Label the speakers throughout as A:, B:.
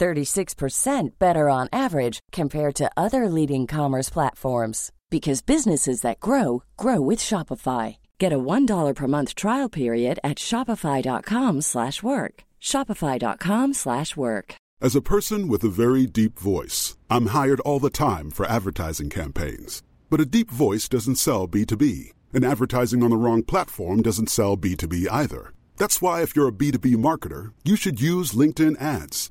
A: 36% better on average compared to other leading commerce platforms because businesses that grow grow with Shopify. Get a $1 per month trial period at shopify.com/work. shopify.com/work.
B: As a person with a very deep voice, I'm hired all the time for advertising campaigns. But a deep voice doesn't sell B2B, and advertising on the wrong platform doesn't sell B2B either. That's why if you're a B2B marketer, you should use LinkedIn ads.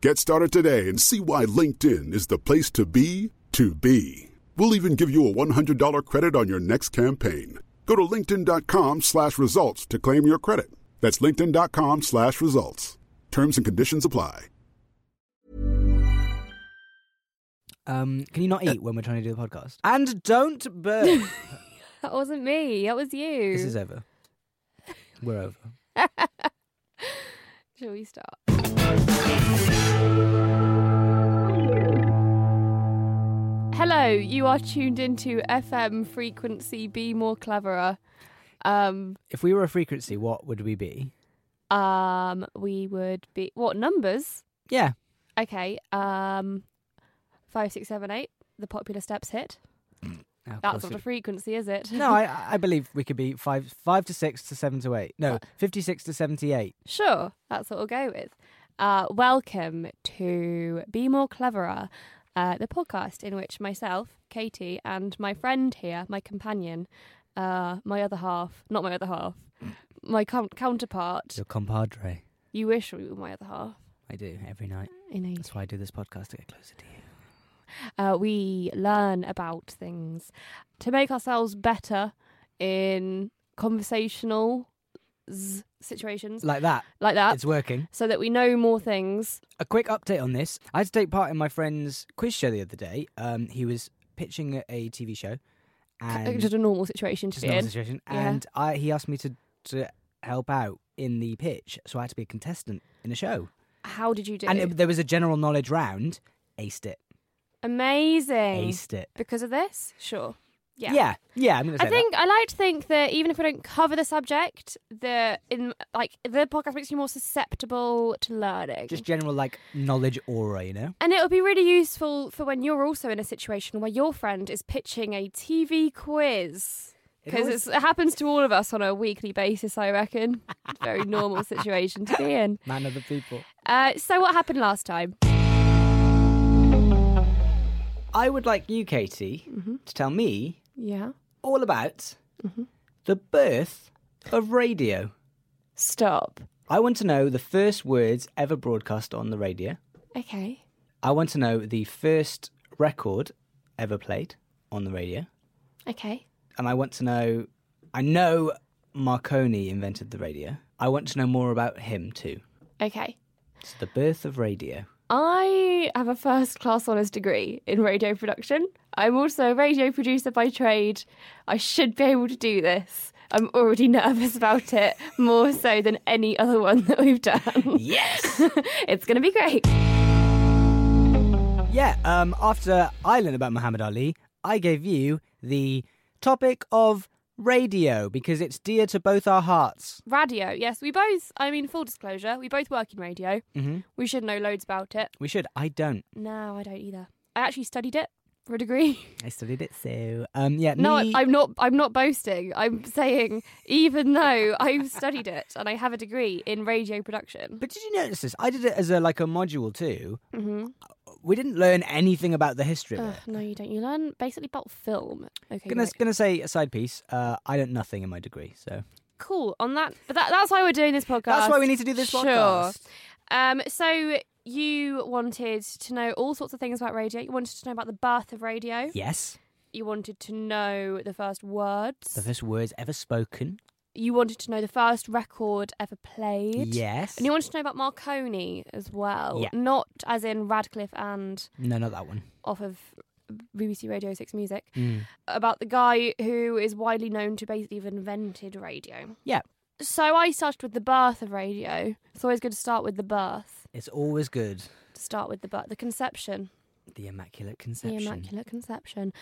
B: Get started today and see why LinkedIn is the place to be to be. We'll even give you a $100 credit on your next campaign. Go to linkedin.com slash results to claim your credit. That's linkedin.com slash results. Terms and conditions apply.
C: Um, can you not eat when we're trying to do the podcast? And don't burp.
D: That wasn't me. That was you.
C: this is over. We're over.
D: Shall we start? Hello, you are tuned into FM frequency Be More Cleverer. Um,
C: If we were a frequency, what would we be?
D: um, we would be what numbers?
C: Yeah.
D: Okay, um, five, six, seven, eight. The popular steps hit.
C: Oh, of
D: That's
C: course
D: not a
C: it-
D: frequency, is it?
C: no, I, I believe we could be five, five to six to seven to eight. No, fifty-six to seventy-eight.
D: Sure, that's what we'll go with. Uh, welcome to Be More Cleverer, uh, the podcast in which myself, Katie, and my friend here, my companion, uh, my other half, not my other half, my coun counterpart,
C: Your compadre.
D: you wish we were my other half.
C: I do every night.
D: I know you
C: That's why I do this podcast to get closer to you.
D: uh, we learn about things to make ourselves better in conversational z- situations
C: Like that.
D: like that
C: It's working.
D: so that we know more things
C: A quick update on this. I had to take part in my friend's quiz show the other day. Um, he was pitching a TV show, and
D: uh, just a normal situation to
C: just
D: be
C: another
D: in.
C: situation.
D: Yeah.
C: And I, he asked me to to help out in the pitch, so I had to be a contestant in a show.
D: How did you do?
C: And it, there was a general knowledge round. Aced it.
D: Amazing.
C: Aced it.
D: Because of this? Sure. Yeah.
C: yeah. yeah, I'm gonna say
D: I think I like to think that even if we don't cover the subject, the in like the podcast makes you more susceptible to learning.
C: that. just general like knowledge aura, you know.
D: and it would be really useful for when you're also in a situation where your friend is pitching a TV quiz.
C: It
D: Because
C: always-
D: it happens to all of us on a weekly basis, I reckon. Very normal situation to be in.
C: man of the people.
D: Uh, so, what happened last time?
C: I would like you, Katie,
D: Mm-hmm.
C: to tell me
D: Yeah.
C: all about
D: Mm-hmm.
C: the birth of radio.
D: Stop.
C: I want to know the first words ever broadcast on the radio.
D: Okay.
C: I want to know the first record ever played on the radio.
D: Okay.
C: And I want to know, I know Marconi invented the radio. I want to know more about him too.
D: Okay.
C: It's the birth of radio.
D: I have a first class honours degree in radio production. I'm also a radio producer by trade. I should be able to do this. I'm already nervous about it, more so than any other one that we've done.
C: Yes!
D: it's going to be great.
C: yeah, um, after I learned about Muhammad Ali, I gave you the topic of radio because it's dear to both our hearts.
D: Radio, yes, we both, I mean, full disclosure, we both work in radio. We should know loads about it.
C: We should. I don't.
D: No, I don't either. I actually studied it for a degree.
C: I studied it, so um, yeah.
D: No,
C: me-
D: I, I'm not. I'm not boasting. I'm saying, even though I've studied it and I have a degree in radio production.
C: But did you notice this? I did it as a like a module too.
D: hmm
C: We didn't learn anything about the history of
D: Ugh,
C: it.
D: no, you don't. You learn basically about film. Okay,
C: Gonna
D: right.
C: gonna say a side piece. Uh, I learned nothing in my degree, so
D: cool on that. But that, that's why we're doing this podcast.
C: that's why we need to do this
D: Sure.
C: podcast.
D: Um, so you wanted to know all sorts of things about radio. You wanted to know about the birth of radio.
C: Yes,
D: You wanted to know the first words.
C: the first words ever spoken.
D: you wanted to know the first record ever played.
C: Yes.
D: And you wanted to know about Marconi as well.
C: Yeah.
D: Not as in Radcliffe and
C: no, not that one.
D: off of BBC Radio 6 Music.
C: Mm.
D: About the guy who is widely known to basically have invented radio.
C: Yeah.
D: So I started with the birth of radio. It's always good to start with the birth.
C: It's always good.
D: To start with the birth, the conception.
C: The Immaculate Conception.
D: The Immaculate Conception.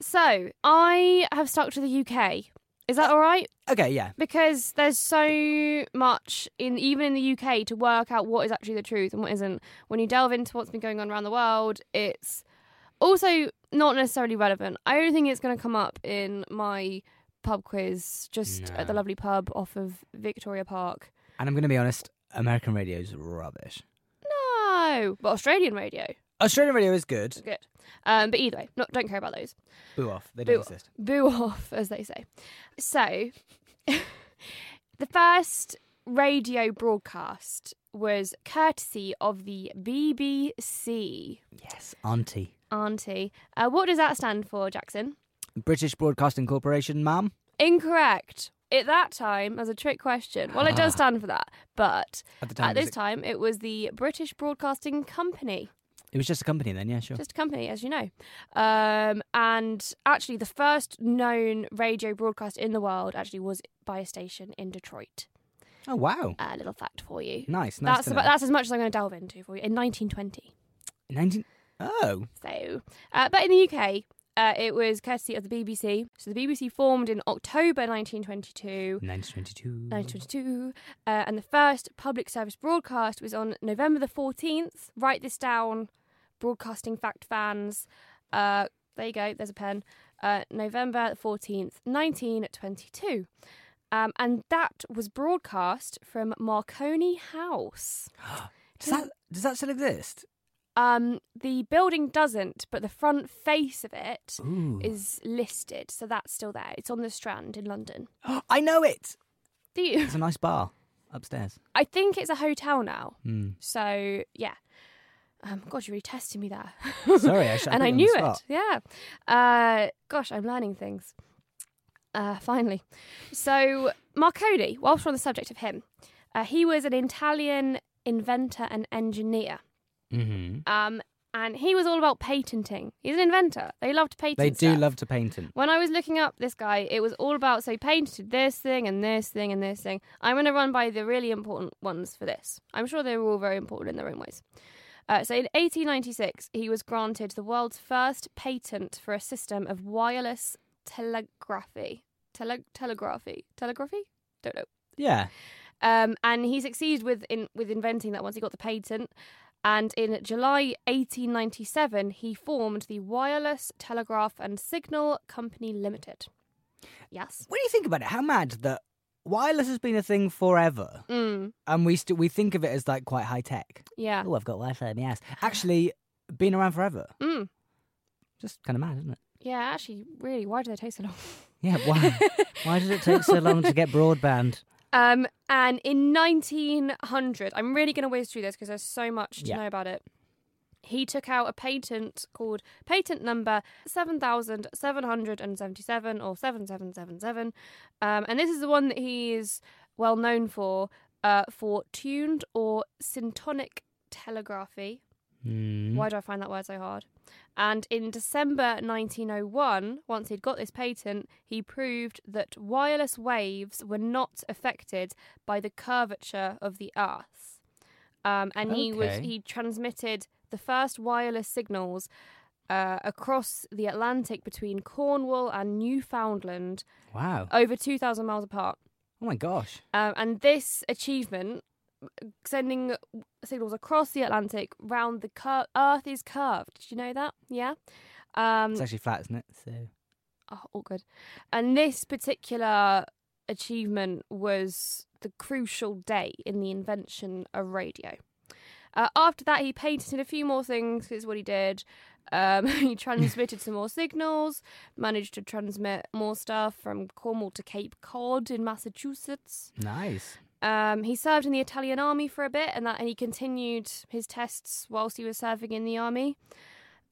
D: So I have stuck to the UK. Is
C: Uh,
D: that all right?
C: Okay, yeah.
D: Because there's so much in even in the UK to work out what is actually the truth and what isn't. When you delve into what's been going on around the world, it's also not necessarily relevant. I don't think it's going to come up in my pub quiz just at the
C: No.
D: lovely pub off of Victoria Park.
C: And I'm gonna be honest. American radio is rubbish.
D: No, but Australian radio
C: Australian radio is good.
D: is good. Um, but either way, not, don't care about those.
C: Boo off. They don't
D: Boo-
C: exist.
D: boo off, as they say. So, the first radio broadcast was courtesy of the BBC.
C: Yes, Auntie.
D: Auntie, uh, what does that stand for, Jackson?
C: British Broadcasting Corporation, ma'am.
D: Incorrect. At that time, as a trick question. Well, it does stand for that, but
C: At the time,
D: at
C: was
D: this
C: Ah. it,
D: time, it was the British Broadcasting Company.
C: it was just a company then. Yeah, sure.
D: Just a company, as you know. Um, and actually, the first known radio broadcast in the world actually was by a station in Detroit.
C: oh wow,
D: A little fact for you.
C: nice, nice.
D: that's
C: to
D: about,
C: know.
D: that's as much as I'm going to delve into for you in 1920.
C: Nineteen. Oh,
D: So, uh, but in the UK, uh, it was courtesy of the BBC. So the BBC formed in October 1922.
C: 1922.
D: 1922, uh, and the first public service broadcast was on November the 14th. Write this down, broadcasting fact fans. Uh, there you go, there's a pen. Uh, November the 14th, 1922. Um, and that was broadcast from Marconi House.
C: Does that does that still exist?
D: Um, the building doesn't, but the front face of it is
C: Ooh.
D: listed, so that's still there. It's on the Strand in London.
C: I know it.
D: Do you?
C: It's a nice bar upstairs.
D: I think it's a hotel now.
C: Hmm.
D: So yeah. Um, God, you really tested me there.
C: Sorry, I shut
D: and
C: you on the
D: I knew it.
C: spot.
D: Yeah. Uh, gosh, I'm learning things. Uh, finally. So Marconi, whilst we're on the subject of him, uh, he was an Italian inventor and engineer.
C: Mm-hmm.
D: Um, and he was all about patenting. He's an inventor. They love to patent.
C: They do
D: stuff.
C: love to paint it.
D: When I was looking up this guy, it was all about so he painted this thing and this thing and this thing. I'm going to run by the really important ones for this. I'm sure they were all very important in their own ways. Uh, so in 1896, he was granted the world's first patent for a system of wireless telegraphy. Tele- telegraphy? Telegraphy? Don't know.
C: Yeah.
D: Um, and he succeeded with in, with inventing that once he got the patent. And in July 1897, he formed the Wireless Telegraph and Signal Company Limited. Yes.
C: When you think about it, how mad that wireless has been a thing forever,
D: Mm,
C: and we still we think of it as like quite high tech.
D: yeah.
C: Oh, I've got Wi-Fi in my ass. Actually, been around forever.
D: Mm,
C: Just kind of mad, isn't it?
D: yeah. Actually, really, why do they take so long?
C: Yeah. Why? why did it take so long to get broadband?
D: Um, and in 1900, I'm really going to whiz through this because there's so much to
C: Yeah.
D: know about it. He took out a patent called patent number 7777 or 7777. Um, and this is the one that he is well known for, uh, for tuned or syntonic telegraphy.
C: Hmm.
D: Why do I find that word so hard? And in December 1901, once he'd got this patent, he proved that wireless waves were not affected by the curvature of the Earth. Um, and he was
C: Okay.
D: he transmitted the first wireless signals uh, across the Atlantic between Cornwall and Newfoundland,
C: Wow.
D: over 2,000 miles apart.
C: Oh my gosh.
D: Um, and this achievement, sending signals across the Atlantic round the cur- Earth is curved. Did you know that? Yeah. Um,
C: It's actually flat, isn't it? So
D: oh, awkward. And this particular achievement was the crucial day in the invention of radio. Uh, after that, he patented a few more things, is what he did. Um, he transmitted some more signals, managed to transmit more stuff from Cornwall to Cape Cod in Massachusetts.
C: nice.
D: Um, he served in the Italian army for a bit, and that, and he continued his tests whilst he was serving in the army.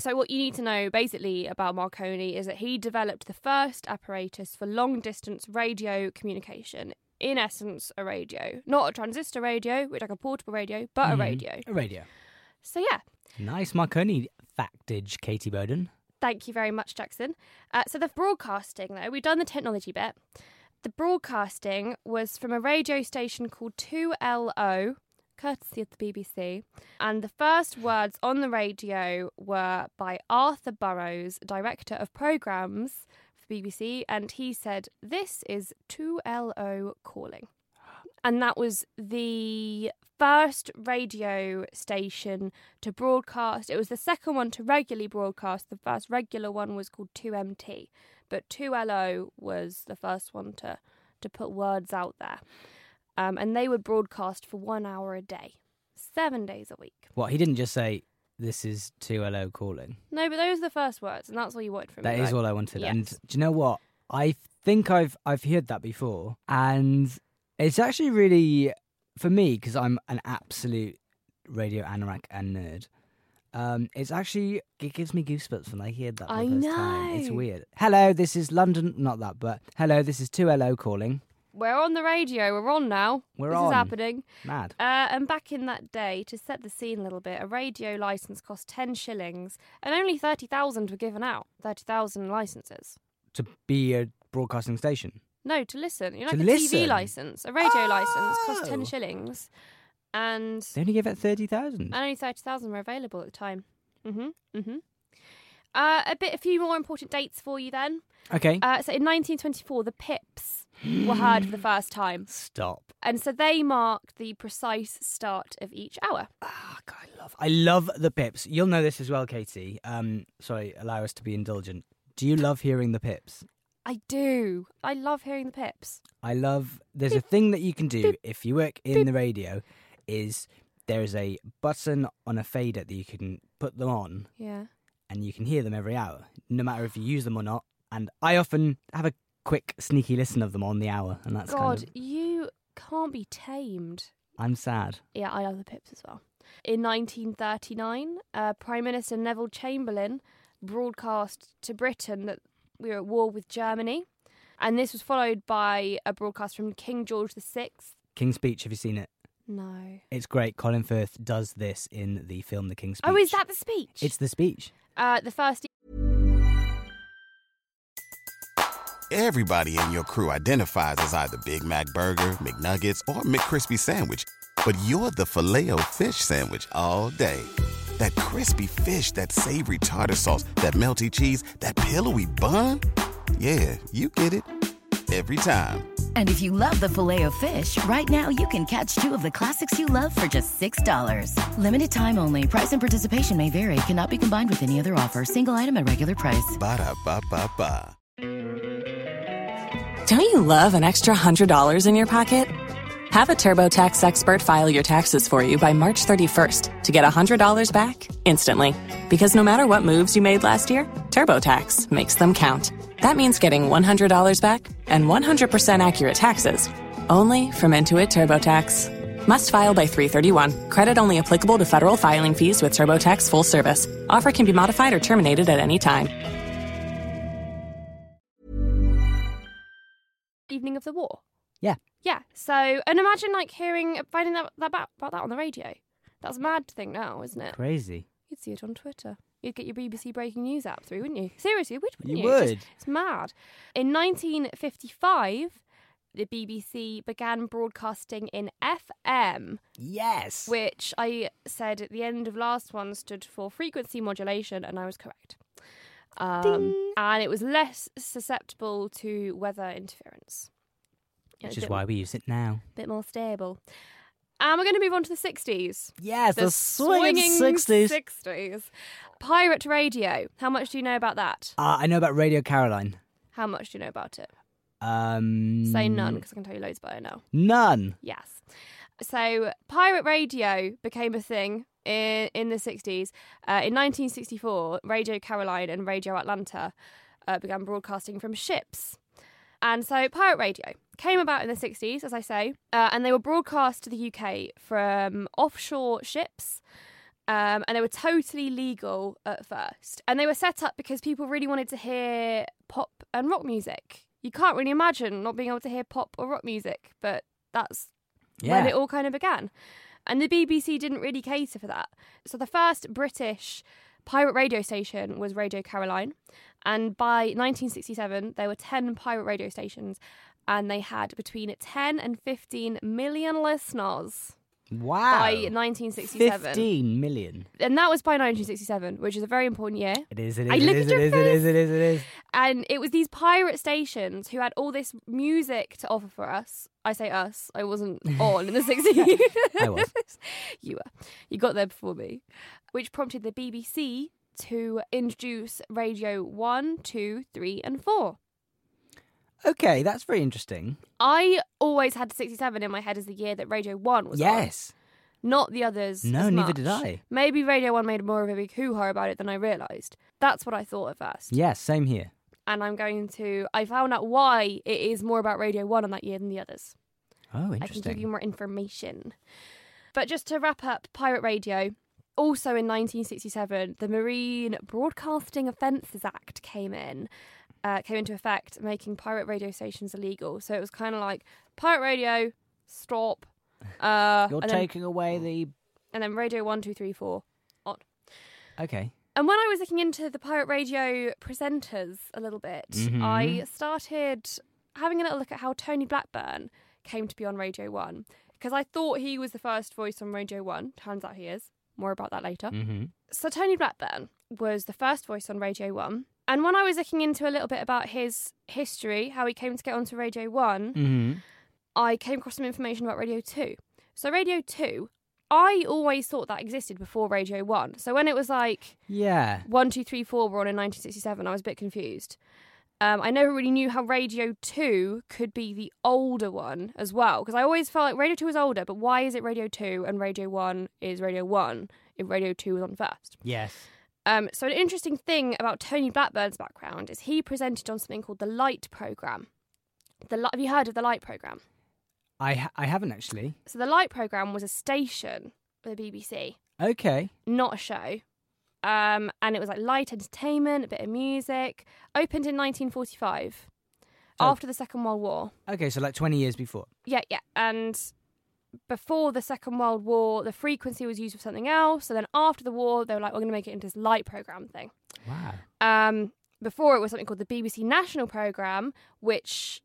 D: So, what you need to know basically about Marconi is that he developed the first apparatus for long distance radio communication. In essence, a radio, not a transistor radio, which like a portable radio, but a
C: Mhm.
D: radio.
C: A radio.
D: So, yeah,
C: Nice Marconi factage, Katie Bowden.
D: Thank you very much, Jackson. Uh, so the broadcasting, though, we've done the technology bit. The broadcasting was from a radio station called 2LO, courtesy of the BBC. And the first words on the radio were by Arthur Burrows, director of programmes for the BBC. And he said, This is 2LO calling. And that was the first radio station to broadcast. It was the second one to regularly broadcast. The first regular one was called 2MT, but 2LO was the first one to, to put words out there. Um, and they would broadcast for one hour a day, seven days a week.
C: What he didn't just say this is two LO calling.
D: No, but those are the first words, and that's all you wanted from
C: That
D: me.
C: is
D: right?
C: all I wanted. And
D: Yes.
C: do you know what? I think I've I've heard that before, and it's actually really for me because I'm an absolute radio anorak and nerd. Um, it's actually it gives me goosebumps when I hear that. for the
D: I
C: first Time. It's
D: know.
C: weird. Hello, this is London. Not that, but hello, this is two LO calling.
D: We're on the radio. We're on now.
C: We're
D: this
C: on.
D: is happening.
C: Mad.
D: Uh, and back in that day, to set the scene a little bit, a radio license cost 10 shillings, and only 30,000 were given out. 30,000 licenses.
C: to be a broadcasting station.
D: No, to listen. You know,
C: To
D: like a TV
C: listen?
D: license, a radio license costs
C: Oh.
D: 10 shillings, and,
C: They only gave it thirty thousand.
D: and only 30,000 were available at the time. hmm. hmm. Uh, a bit, a few more important dates for you then.
C: Okay.
D: Uh, so in 1924, the Pips were heard for the first time.
C: Stop.
D: And so they marked the precise start of each hour.
C: Ah, God, I love. I love the pips. You'll know this as well, Katie. Um, sorry, allow us to be indulgent. Do you love hearing the pips?
D: I do. I love hearing the pips.
C: I love. There's a thing that you can do if you work in the radio, is there is a button on a fader that you can put them on,
D: Yeah.
C: and you can hear them every hour, no matter if you use them or not. And I often have a quick sneaky listen of them on the hour, and that's
D: God,
C: Kind of,
D: you can't be tamed.
C: I'm sad.
D: Yeah, I love the pips as well. In 1939, uh, Prime Minister Neville Chamberlain broadcast to Britain that we were at war with Germany. And this was followed by a broadcast from King George VI.
C: King's Speech. Have you seen it?
D: No.
C: It's great. Colin Firth does this in the film The King's Speech.
D: Oh, is that the speech?
C: It's the speech.
D: uh, the first
E: Everybody in your crew identifies as either Big Mac Burger, McNuggets, or McCrispy Sandwich. But you're the filet fish Sandwich all day. That crispy fish, that savory tartar sauce, that melty cheese, that pillowy bun. Yeah, you get it. Every time.
F: And if you love the filet of fish, right now you can catch two of the classics you love for just $6. Limited time only. Price and participation may vary. Cannot be combined with any other offer. Single item at regular price.
E: Ba-da-ba-ba-ba.
A: Don't you love an extra $100 in your pocket? Have a TurboTax expert file your taxes for you by March 31st to get $100 back instantly. Because no matter what moves you made last year, TurboTax makes them count. That means getting $100 back and 100% accurate taxes only from Intuit TurboTax. Must file by 331. Credit only applicable to federal filing fees with TurboTax full service. Offer can be modified or terminated at any time.
D: evening of the war.
C: Yeah.
D: Yeah. So, and imagine like hearing, finding that, that about, about that on the radio. That's a mad thing now, isn't it?
C: Crazy.
D: You'd see it on Twitter. You'd get your BBC Breaking News app through, wouldn't you? Seriously, would
C: You
D: wouldn't you? It's,
C: would.
D: just- it's mad. In 1955, the BBC began broadcasting in FM,
C: Yes.
D: which I said at the end of last one stood for frequency modulation, and I was correct. Um, and it was less susceptible to weather interference. It
C: Which is
D: was a
C: why we use it now.
D: bit more stable. And we're going to move on to the 60s.
C: Yes, the,
D: the
C: swinging,
D: swinging
C: 60s.
D: 60s. Pirate radio. How much do you know about that?
C: Uh, I know about Radio Caroline.
D: How much do you know about it?
C: Um,
D: Say none, because I can tell you loads about it now.
C: None.
D: Yes. So pirate radio became a thing in, in the 60s. Uh, in 1964, Radio Caroline and Radio Atlanta uh, began broadcasting from ships. And so pirate radio came about in the 60s, as I say, uh, and they were broadcast to the UK from offshore ships. Um, and they were totally legal at first. And they were set up because people really wanted to hear pop and rock music. You can't really imagine not being able to hear pop or rock music, but that's
C: Yeah.
D: when it all kind of began. And the BBC didn't really cater for that. So the first British pirate radio station was Radio Caroline. And by 1967, there were 10 pirate radio stations and they had between 10 and 15 million listeners
C: wow.
D: by 1967.
C: 15 million.
D: And that was by 1967, which is a very important year.
C: It is, it is,
D: I
C: it
D: look
C: is,
D: at
C: it is,
D: your
C: it is, it is, it is.
D: And it was these pirate stations who had all this music to offer for us. I say us, I wasn't on in the 60s.
C: I was.
D: you were. You got there before me. Which prompted the BBC to introduce radio one, two, three, and 4.
C: Okay, that's very interesting.
D: I always had 67 in my head as the year that Radio 1 was on,
C: yes.
D: not the others.
C: No,
D: as
C: neither did
D: much.
C: I.
D: Maybe Radio 1 made more of a big hoo ha about it than I realised. That's what I thought at first.
C: Yes, same here.
D: and I'm going to. I found out why it is more about Radio 1 on that year than the others.
C: Oh,
D: I can
C: interesting.
D: give you more information. But just to wrap up Pirate Radio, also in 1967, the Marine Broadcasting Offences Act came in. Uh, came into effect, making pirate radio stations illegal. So it was kind of like pirate radio, stop. Uh,
C: You're
D: and, then,
C: taking away the.
D: and then radio one, two, three, four.
C: Okay.
D: And when I was looking into the pirate radio presenters a little bit, I started having a little look at how Tony Blackburn came to be on Radio One because I thought he was the first voice on Radio One. Turns out he is. More about that later.
C: Mm-hmm.
D: So Tony Blackburn was the first voice on Radio One, and when I was looking into a little bit about his history, how he came to get onto Radio One,
C: Mm-hmm.
D: I came across some information about Radio 2. So, Radio 2, I always thought that existed before Radio 1. So, when it was like
C: Yeah.
D: one, two, three, four were on in 1967. I was a bit confused. Um, I never really knew how Radio 2 could be the older one as well, because I always felt like Radio 2 was older, but why is it Radio 2 and Radio 1 is Radio 1 if Radio 2 was on first?
C: Yes.
D: Um, so, an interesting thing about Tony Blackburn's background is he presented on something called the Light Programme. The Li- have you heard of the Light Programme?
C: I ha- I haven't actually.
D: So, the Light Programme was a station for the BBC
C: Okay.
D: not a show. Um, and it was like light entertainment, a bit of music. Opened in 1945,
C: Oh.
D: after the Second World War.
C: Okay, so like 20 years before.
D: Yeah, yeah. And before the Second World War, the frequency was used for something else. So then after the war, they were like, we're going to make it into this light program thing.
C: Wow.
D: Um, before it was something called the BBC National Programme, which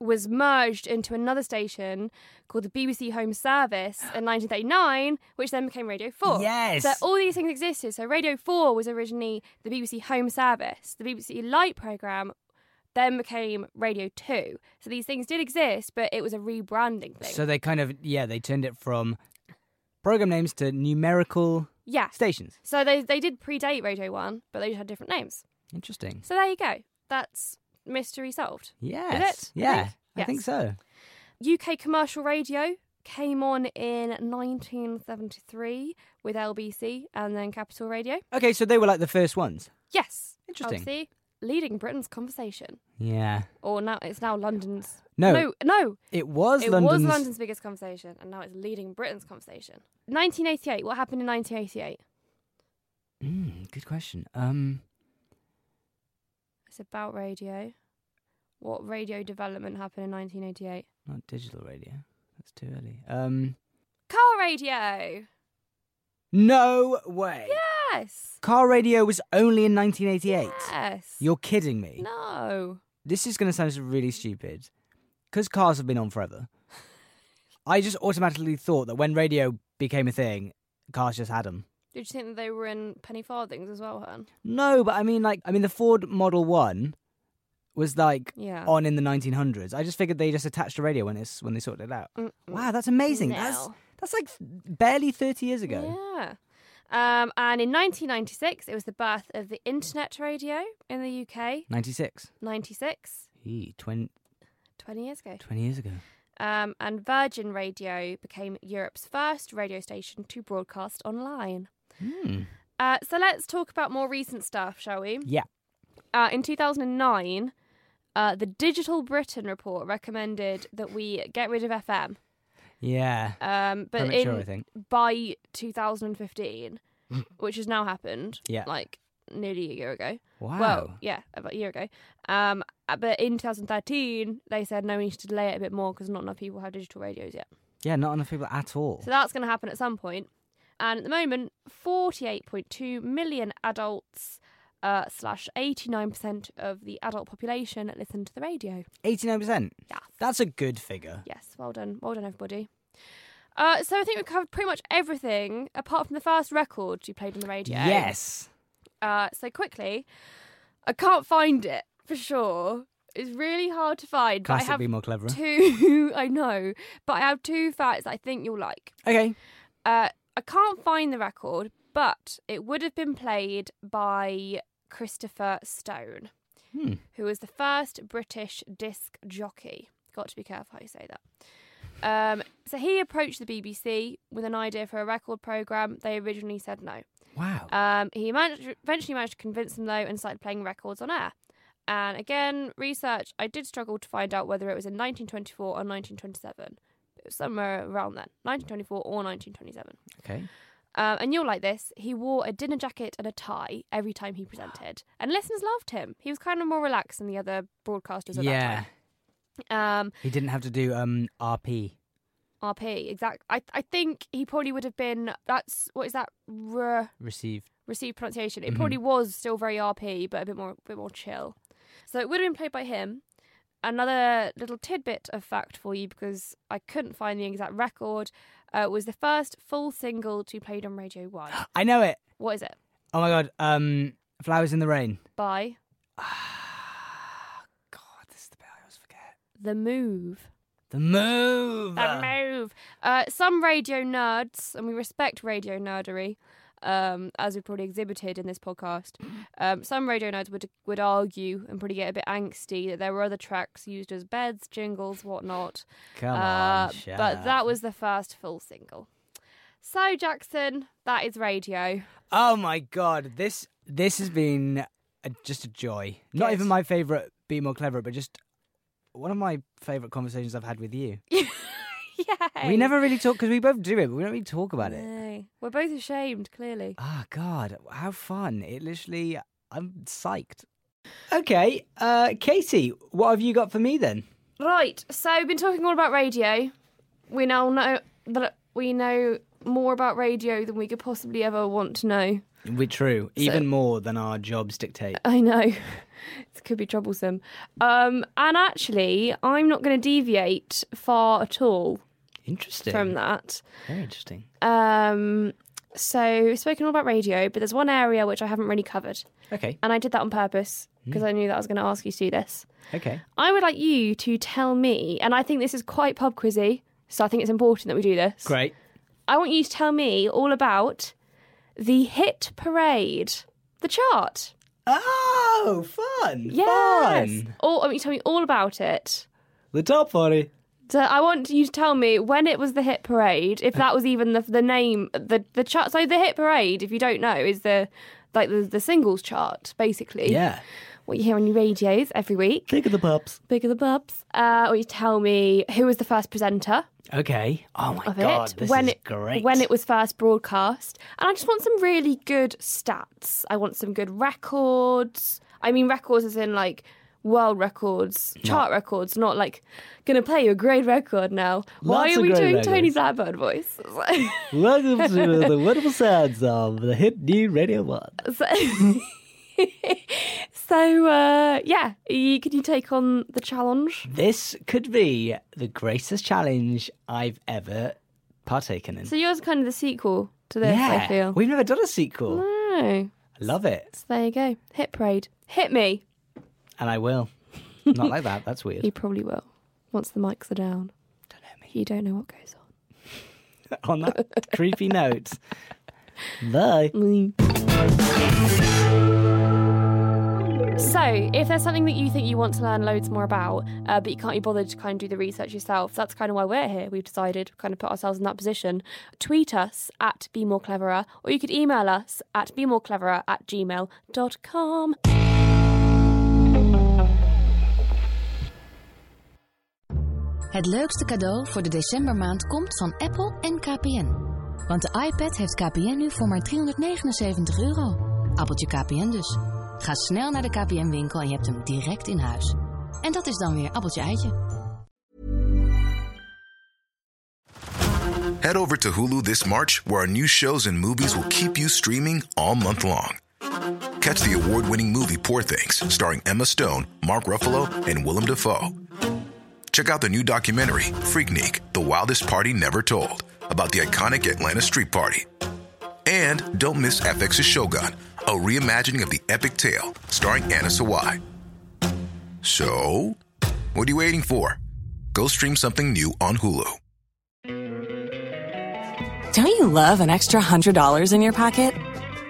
D: was merged into another station called the BBC Home Service in 1939, which then became Radio 4.
C: Yes.
D: So all these things existed. So Radio 4 was originally the BBC Home Service, the BBC Light Programme then became Radio 2. So these things did exist, but it was a rebranding thing.
C: So they kind of yeah, they turned it from program names to numerical
D: yeah.
C: stations.
D: So they, they did predate Radio 1, but they just had different names.
C: Interesting.
D: So there you go. That's mystery solved.
C: Yes.
D: it?
C: Yeah.
D: Right?
C: I think
D: Yes.
C: so.
D: UK commercial radio came on in 1973 with LBC and then Capital Radio.
C: Okay, so they were like the first ones.
D: Yes.
C: Interesting.
D: LBC, leading Britain's conversation.
C: Yeah.
D: Or now it's now London's.
C: No.
D: No, no.
C: It was
D: It
C: London's
D: was London's biggest conversation and now it's leading Britain's conversation. 1988. What happened in 1988?
C: Mm, good question. Um
D: It's about radio. What radio development happened in 1988?
C: not digital radio. That's too early. Um
D: Car radio.
C: no way.
D: Yes.
C: Car radio was only in 1988.
D: Yes.
C: You're kidding me.
D: no.
C: this is going to sound really stupid because cars have been on forever. I just automatically thought that when radio became a thing, cars just had them.
D: Did you think that they were in penny farthings as well, Hun?
C: No, but I mean, like, I mean, the Ford Model One was like
D: Yeah.
C: on in the 1900s. I just figured they just attached a radio when it's when they sorted it out.
D: Mm-mm.
C: Wow, that's amazing. That's
D: Mm. No.
C: That's like barely 30 years ago.
D: Yeah. Um, and in 1996, it was the birth of the internet radio in the UK.
C: 96.
D: 96,
C: Eee, 20,
D: 20 years ago.
C: 20 years ago.
D: Um, and Virgin Radio became Europe's first radio station to broadcast online.
C: Hmm.
D: Uh, so let's talk about more recent stuff, shall we?
C: Yeah.
D: Uh, in 2009, uh, the Digital Britain report recommended that we get rid of FM.
C: Yeah.
D: Um, but
C: Premature, I
D: in,
C: think.
D: by 2015, which has now happened,
C: Yeah.
D: like nearly a year ago.
C: Wow.
D: Well, yeah, about a year ago. Um, uh, but in 2013, they said no, we need to delay it a bit more because not enough people have digital radios yet.
C: yeah, not enough people at all.
D: So that's going to happen at some point. And at the moment, 48.2 million adults uh, slash 89% of the adult population listen to the radio.
C: 89%.
D: Yeah.
C: That's a good figure.
D: Yes, well done. Well done, everybody. Uh, so I think we covered pretty much everything apart from the first record you played on the radio.
C: Yes.
D: Uh, so quickly, I can't find it for sure. It's really hard to find.
C: Classic
D: but I have
C: Be More Cleverer.
D: two. I know, but I have two facts I think you'll like.
C: Okay.
D: Uh, I can't find the record, but it would have been played by Christopher Stone,
C: Hmm.
D: who was the first British disc jockey. Got to be careful how you say that. Um, so he approached the BBC with an idea for a record programme. They originally said no.
C: Wow.
D: Um, he managed, eventually managed to convince them, though, and started playing records on air. And again, research, I did struggle to find out whether it was in 1924 or 1927. It was somewhere around then, 1924 or 1927.
C: okay.
D: Um, and you'll like this. He wore a dinner jacket and a tie every time he presented, and listeners loved him. He was kind of more relaxed than the other broadcasters at
C: Yeah.
D: that time.
C: He didn't have to do um RP.
D: Um, RP, exact. I I think he probably would have been. That's what is that re,
C: Received.
D: received pronunciation? It probably was still very RP, but a bit more bit more chill. So it would have been played by him. Another little tidbit of fact for you because I couldn't find the exact record. Uh, was the first full single to be played on Radio One.
C: I know it.
D: what is it?
C: Oh my god. Um, Flowers in the Rain.
D: By
C: Ah, God, this is the bit I always forget.
D: The Move.
C: The move.
D: The Move. Uh, some radio nerds, and we respect radio nerdery, um, as we probably exhibited in this podcast. Um, some radio nerds would would argue and probably get a bit angsty that there were other tracks used as beds, jingles, whatnot.
C: Come
D: uh,
C: on. shut
D: but
C: up.
D: that was the first full single. So Jackson, that is radio.
C: Oh my god, this this has been a, just a joy. Not
D: Good.
C: even my favorite be more clever, but just one of my favorite conversations I've had with you.
D: Yay.
C: We never really talk because we both do it, but we don't really talk about it.
D: No. We're both ashamed, clearly.
C: Ah, god, how fun! It literally, I'm psyched. Okay, uh, Katie, what have you got for me then?
D: Right, so we've been talking all about radio. We now know that we know more about radio than we could possibly ever want to know.
C: We're true, even more than our jobs dictate.
D: I know. it could be troublesome. Um, and actually, I'm not going to deviate far at all
C: Interesting.
D: from that.
C: Very interesting.
D: Um, so, we've spoken all about radio, but there's one area which I haven't really covered.
C: Okay.
D: And I did that on purpose because I knew that I was going to ask you to do this.
C: Okay.
D: I would like you to tell me, and I think this is quite pub quizzy, so I think it's important that we do this.
C: Great.
D: I want you to tell me all about the hit parade, the chart.
C: Oh, fun!
D: Yes.
C: Fun.
D: Or I want you to tell me all about it.
C: The top forty.
D: So I want you to tell me when it was the hit parade, if that was even the the name, the the chart. So the hit parade, if you don't know, is the like the, the singles chart, basically.
C: Yeah.
D: What you hear on your radios every week.
C: Think of the pups.
D: Big of the bubs. Uh, or you tell me who was the first presenter
C: Okay. Oh my
D: of
C: god,
D: it
C: this
D: when
C: is
D: it
C: great.
D: when it was first broadcast. And I just want some really good stats. I want some good records. I mean, records as in like world records, chart records, not like gonna play you a great record now. Why
C: Lots
D: are
C: of
D: we
C: great
D: doing
C: records.
D: Tony Blackbird voice? So-
C: Welcome to the wonderful sounds of the hit new Radio One.
D: so uh, yeah, you, can you take on the challenge?
C: This could be the greatest challenge I've ever partaken in.
D: So yours is kind of the sequel to this.
C: yeah,
D: I feel.
C: we've never done a sequel.
D: No.
C: I love it,
D: So there you go. Hit parade. Hit me.
C: and I will. Not like that. That's weird.
D: You probably will. Once the mics are down. Don't know me. You don't know what goes on.
C: on that creepy note. Bye.
D: So, if there's something that you think you want to learn loads more about, uh, but you can't be bothered to kind of do the research yourself, that's kind of why we're here. We've decided, kind of put ourselves in that position. Tweet us at Be More Cleverer, or you could email us at Be More Cleverer at gmail.com.
A: Het leukste cadeau voor de decembermaand komt van Apple en KPN. Want de iPad heeft KPN nu voor maar 379 euro. Appeltje KPN dus. Ga snel naar de KPN-winkel en je hebt hem direct in huis. En dat is dan weer appeltje eitje.
G: Head over to Hulu this March, where our new shows and movies will keep you streaming all month long. Catch the award winning movie Poor Things, starring Emma Stone, Mark Ruffalo, and Willem Dafoe. Check out the new documentary, Freaknik The Wildest Party Never Told, about the iconic Atlanta Street Party. And don't miss FX's Shogun, a reimagining of the epic tale, starring Anna Sawai. So, what are you waiting for? Go stream something new on Hulu.
H: Don't you love an extra $100 in your pocket?